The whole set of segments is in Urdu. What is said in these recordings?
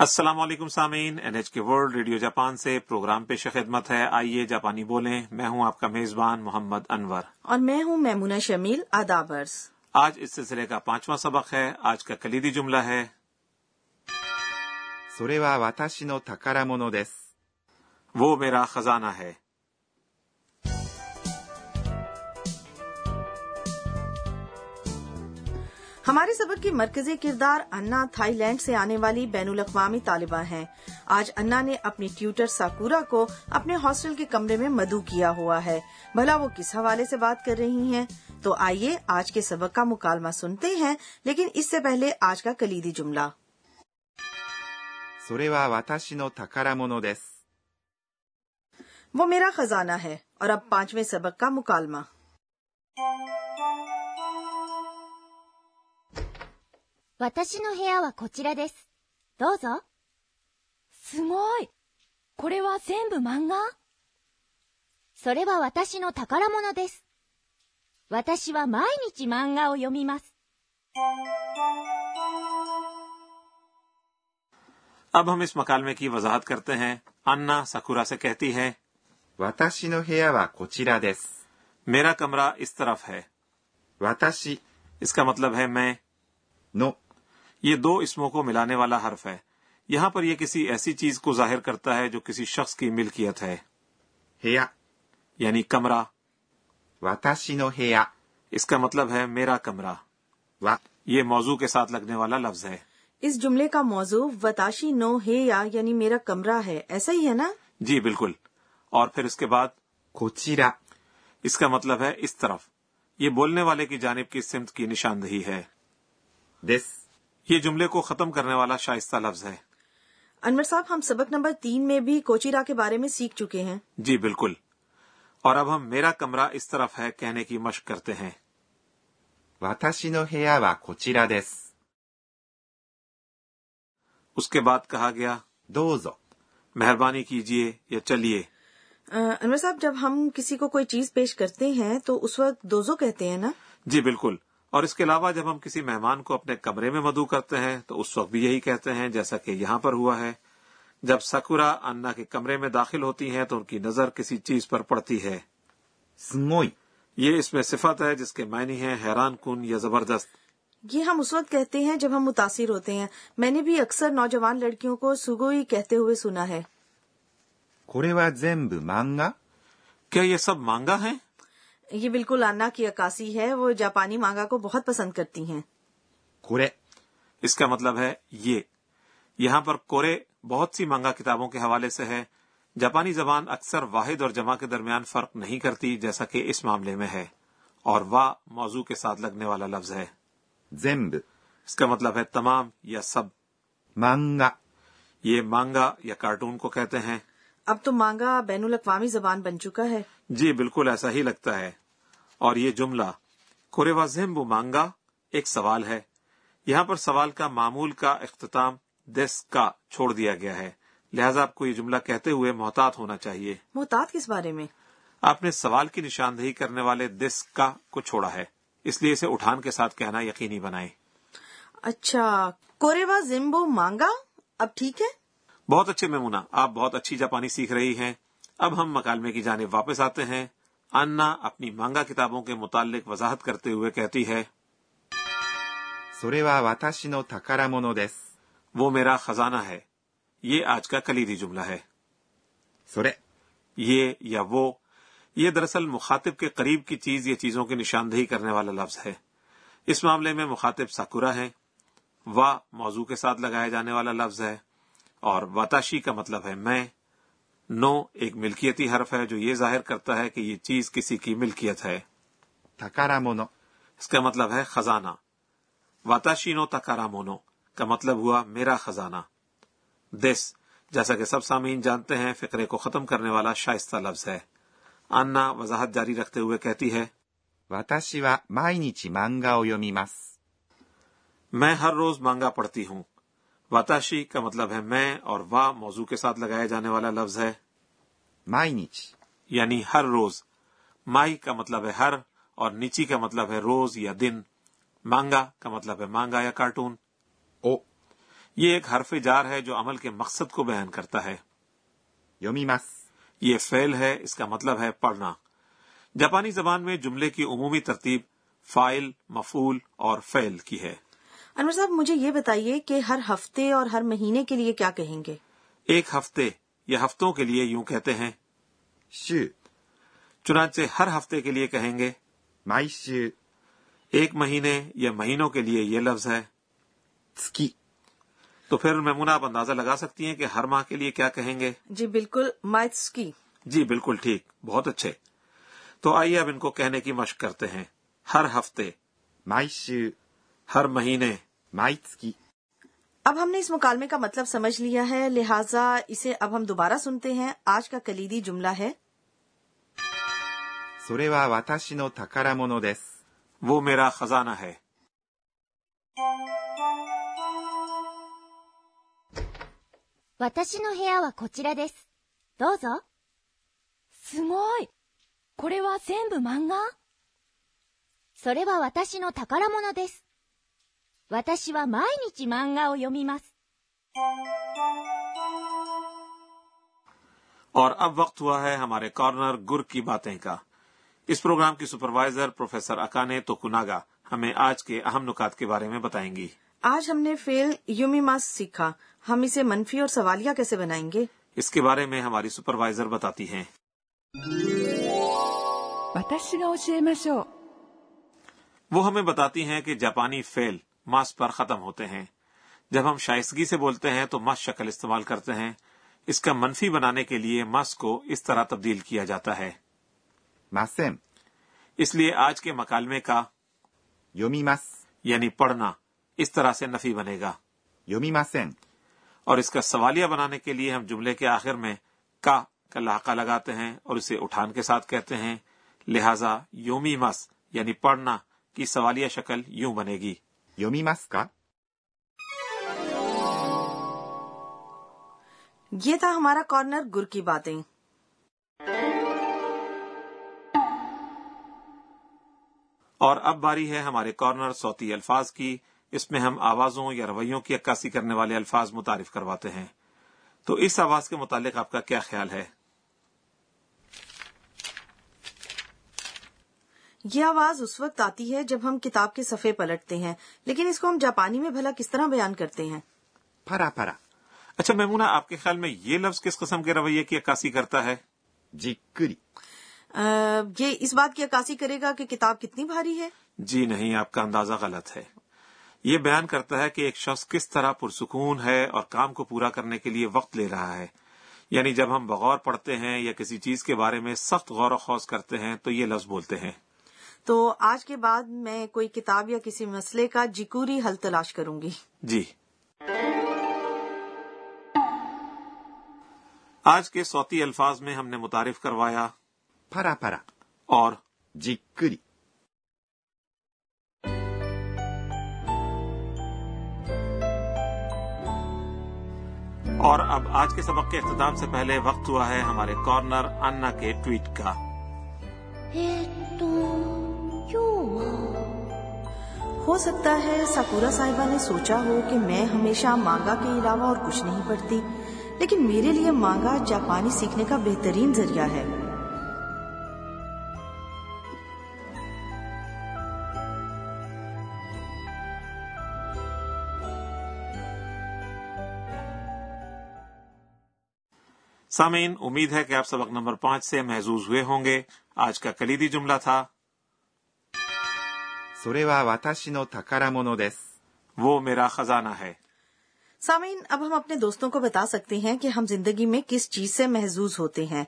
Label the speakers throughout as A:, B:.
A: السلام علیکم سامعین N H K World Radio Japan سے پروگرام پیش خدمت ہے آئیے جاپانی بولیں میں ہوں آپ کا میزبان محمد انور
B: اور میں ہوں میمونہ شمیل آدابرس
A: آج اس سلسلے کا پانچواں سبق ہے آج کا کلیدی جملہ ہے
C: それは私の宝物です。
A: وہ میرا خزانہ ہے
B: ہمارے سبق کی مرکزی کردار انا تھائی لینڈ سے آنے والی بین الاقوامی طالبہ ہیں آج انا نے اپنی ٹیوٹر ساکورا کو اپنے ہاسٹل کے کمرے میں مدعو کیا ہوا ہے بھلا وہ کس حوالے سے بات کر رہی ہیں تو آئیے آج کے سبق کا مکالمہ سنتے ہیں لیکن اس سے پہلے آج کا کلیدی جملہ
C: それは私の宝物です。
B: وہ میرا خزانہ ہے اور اب پانچویں سبق کا مکالمہ
D: 私の部屋はこちらです。どうぞ。すごい。これは全部漫画それは私の宝物です。私は毎日漫画を読みます。
A: اب ہم اس مکالمے کی وضاحت کرتے ہیں انا سکورا سے کہتی ہے
C: 私の部屋はこちらです。
A: میرا کمرہ اس طرف ہے
C: 私
A: اس کا مطلب ہے میں
C: の
A: یہ دو اسموں کو ملانے والا حرف ہے یہاں پر یہ کسی ایسی چیز کو ظاہر کرتا ہے جو کسی شخص کی ملکیت ہے
C: 部屋、
A: یعنی کمرہ
C: 私の部屋
A: اس کا مطلب ہے میرا کمرہ
C: は
A: یہ موضوع کے ساتھ لگنے والا لفظ ہے
B: اس جملے کا موضوع وتاشی نو ہے یا یعنی میرا کمرہ ہے ایسا ہی ہے نا
A: جی بالکل اور پھر اس کے بعد
C: こちら、
A: اس کا مطلب ہے اس طرف یہ بولنے والے کی جانب کی سمت کی نشاندہی ہے
C: です。
A: یہ جملے کو ختم کرنے والا شائستہ لفظ ہے
B: انور صاحب ہم سبق نمبر تین میں بھی کوچیرا کے بارے میں سیکھ چکے ہیں
A: جی بالکل اور اب ہم میرا کمرہ اس طرف ہے کہنے کی مشق کرتے ہیں
C: 私の部屋はこちらです。
A: اس کے بعد کہا گیا
C: どうぞ。
A: مہربانی کیجئے یا چلیے
B: آ، انور صاحب جب ہم کسی کو کوئی چیز پیش کرتے ہیں تو اس وقت دوزو کہتے ہیں نا
A: جی بالکل اور اس کے علاوہ جب ہم کسی مہمان کو اپنے کمرے میں مدعو کرتے ہیں تو اس وقت بھی یہی کہتے ہیں جیسا کہ یہاں پر ہوا ہے جب سکورا انا کے کمرے میں داخل ہوتی ہیں تو ان کی نظر کسی چیز پر پڑتی ہے
C: すごい。
A: یہ اس میں صفت ہے جس کے معنی ہیں حیران کن یا زبردست
B: یہ ہم اس وقت کہتے ہیں جب ہم متاثر ہوتے ہیں میں نے بھی اکثر نوجوان لڑکیوں کو سگوئی کہتے ہوئے سنا ہے
C: これは全部漫画
A: کیا یہ سب مانگا ہے
B: یہ بالکل انا کی عکاسی ہے وہ جاپانی مانگا کو بہت پسند کرتی ہیں
C: これ、
A: اس کا مطلب ہے یہ یہاں پر کورے بہت سی مانگا کتابوں کے حوالے سے ہے جاپانی زبان اکثر واحد اور جمع کے درمیان فرق نہیں کرتی جیسا کہ اس معاملے میں ہے اور وا موضوع کے ساتھ لگنے والا لفظ ہے
C: 全部、
A: اس کا مطلب ہے تمام یا سب
C: 漫画、
A: یہ مانگا یا کارٹون کو کہتے ہیں
B: اب تو مانگا بین الاقوامی زبان بن چکا ہے
A: جی بالکل ایسا ہی لگتا ہے اور یہ جملہ کوریوا زمبو مانگا ایک سوال ہے یہاں پر سوال کا معمول کا اختتام دس کا چھوڑ دیا گیا ہے لہذا آپ کو یہ جملہ کہتے ہوئے محتاط ہونا چاہیے
B: محتاط کس بارے میں
A: آپ نے سوال کی نشاندہی کرنے والے دس کا کو چھوڑا ہے اس لیے اسے اٹھان کے ساتھ کہنا یقینی بنائیں
B: اچھا کوریوا زمبو مانگا اب ٹھیک ہے
A: بہت اچھے میمونہ آپ بہت اچھی جاپانی سیکھ رہی ہیں اب ہم مکالمے کی جانب واپس آتے ہیں انا اپنی مانگا کتابوں کے متعلق وضاحت کرتے ہوئے کہتی ہے
C: それは私の宝物です。
A: وہ میرا خزانہ ہے یہ آج کا کلیدی جملہ ہے
C: それ、
A: یہ یا وہ یہ دراصل مخاطب کے قریب کی چیز یا چیزوں کی نشاندہی کرنے والا لفظ ہے اس معاملے میں مخاطب ساکورا ہے وا موضوع کے ساتھ لگایا جانے والا لفظ ہے اور واتاشی کا مطلب ہے میں نو ایک ملکیتی حرف ہے جو یہ ظاہر کرتا ہے کہ یہ چیز کسی کی ملکیت ہے
C: 宝物、
A: اس کا مطلب ہے خزانہ واتاشی نو تکارا مونو کا مطلب ہوا میرا خزانہ دس جیسا کہ سب سامعین جانتے ہیں فقرے کو ختم کرنے والا شائستہ لفظ ہے انا وضاحت جاری رکھتے ہوئے کہتی ہے
C: 私は毎日漫画を読みます。
A: میں ہر روز مانگا پڑھتی ہوں واتاشی کا مطلب ہے میں اور وا موضوع کے ساتھ لگایا جانے والا لفظ ہے
C: 毎日、
A: یعنی ہر روز مائی کا مطلب ہے ہر اور نیچی کا مطلب ہے روز یا دن مانگا کا مطلب ہے مانگا یا کارٹون
C: を、
A: یہ ایک حرف جار ہے جو عمل کے مقصد کو بیان کرتا ہے
C: 読みます。
A: یہ فعل ہے اس کا مطلب ہے پڑھنا جاپانی زبان میں جملے کی عمومی ترتیب فائل مفعول اور فعل کی ہے
B: انور صاحب مجھے یہ بتائیے کہ ہر ہفتے اور ہر مہینے کے لیے کیا کہیں گے
A: ایک ہفتے یا ہفتوں کے لیے یوں کہتے ہیں
C: 週、
A: چنانچہ ہر ہفتے کے لیے کہیں گے
C: 毎週、
A: ایک مہینے یا مہینوں کے لیے یہ لفظ ہے
C: 月、
A: تو پھر میمونہ آپ اندازہ لگا سکتی ہیں کہ ہر ماہ کے لیے کیا کہیں گے
B: جی بالکل مائتس کی
A: جی بالکل ٹھیک بہت اچھے تو آئیے اب ان کو کہنے کی مشق کرتے ہیں ہر ہفتے
C: 毎週、
A: ہر مہینے
C: 毎月、
B: اب ہم نے اس مکالمے کا مطلب سمجھ لیا ہے لہٰذا اسے اب ہم دوبارہ سنتے ہیں آج کا کلیدی جملہ ہے
C: それは私の宝物です。
A: وہ میرا خزانہ ہے
D: 「私の部屋はこちらです。どうぞ。すごい。これは全部漫画それは私の宝物です。私は毎日漫画を読みます。
A: اور اب وقت ہوا ہے ہمارے کارنر گر کی باتیں کا اس پروگرام کی سپروائزر پروفیسر اکانے تو کناگا ہمیں آج کے اہم نکات کے بارے میں بتائیں گی
B: آج ہم نے فیل یومی ماس سیکھا ہم اسے منفی اور سوالیہ کیسے بنائیں گے
A: اس کے بارے میں ہماری سپروائزر بتاتی ہیں
E: 私が教えましょう
A: وہ ہمیں بتاتی ہیں کہ جاپانی فیل ماس پر ختم ہوتے ہیں جب ہم شائستگی سے بولتے ہیں تو ماس شکل استعمال کرتے ہیں اس کا منفی بنانے کے لیے ماس کو اس طرح تبدیل کیا جاتا ہے
C: ません。
A: اس لیے آج کے مکالمے کا
C: 読みます。
A: یعنی پڑھنا اس طرح سے نفی بنے گا
C: 読みません。
A: اور اس کا سوالیہ بنانے کے لیے ہم جملے کے آخر میں کا کا لحاقہ لگاتے ہیں اور اسے اٹھان کے ساتھ کہتے ہیں لہذا یومی مس یعنی پڑھنا کی سوالیہ شکل یوں بنے گی
C: 読みますか
B: یہ تھا ہمارا کارنر گر کی باتیں
A: اور اب باری ہے ہمارے کارنر صوتی الفاظ کی اس میں ہم آوازوں یا رویوں کی عکاسی کرنے والے الفاظ متعارف کرواتے ہیں تو اس آواز کے متعلق آپ کا کیا خیال ہے
B: یہ آواز اس وقت آتی ہے جب ہم کتاب کے صفحے پلٹتے ہیں لیکن اس کو ہم جاپانی میں بھلا کس طرح بیان کرتے ہیں
C: パラパラ、
A: اچھا میمونہ آپ کے خیال میں یہ لفظ کس قسم کے رویے کی عکاسی کرتا ہے
C: じっくり、
B: آ، یہ اس بات کی عکاسی کرے گا کہ کتاب کتنی بھاری ہے
A: جی نہیں آپ کا اندازہ غلط ہے یہ بیان کرتا ہے کہ ایک شخص کس طرح پرسکون ہے اور کام کو پورا کرنے کے لیے وقت لے رہا ہے یعنی جب ہم بغور پڑھتے ہیں یا کسی چیز کے بارے میں سخت غور و خوض کرتے ہیں تو یہ لفظ بولتے ہیں
B: تو آج کے بعد میں کوئی کتاب یا کسی مسئلے کا جکوری حل تلاش کروں گی
A: جی آج کے صوتی الفاظ میں ہم نے متعارف کروایا
C: パラパラ、
A: اور
C: じっくり、
A: اور اب آج کے سبق کے اختتام سے پہلے وقت ہوا ہے ہمارے کارنر انا کے ٹویٹ کا
D: えっと、今日は、
B: ہو سکتا ہے ساکورا صاحبہ نے سوچا ہو کہ میں ہمیشہ مانگا کے علاوہ اور کچھ نہیں پڑھتی لیکن میرے لیے مانگا جاپانی سیکھنے کا بہترین ذریعہ ہے
A: سامعین امید ہے کہ آپ سبق نمبر پانچ سے محظوظ ہوئے ہوں گے آج کا کلیدی جملہ تھا
C: それは私の宝物です。
A: وہ میرا خزانہ ہے
B: سامعین اب ہم اپنے دوستوں کو بتا سکتے ہیں کہ ہم زندگی میں کس چیز سے محظوظ ہوتے ہیں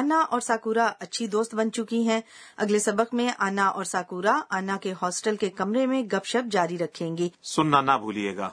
B: آنا اور ساکورا اچھی دوست بن چکی ہیں اگلے سبق میں آنا اور ساکورا آنا کے ہاسٹل کے کمرے میں گپ شپ جاری رکھیں گی
A: سننا نہ بھولیے گا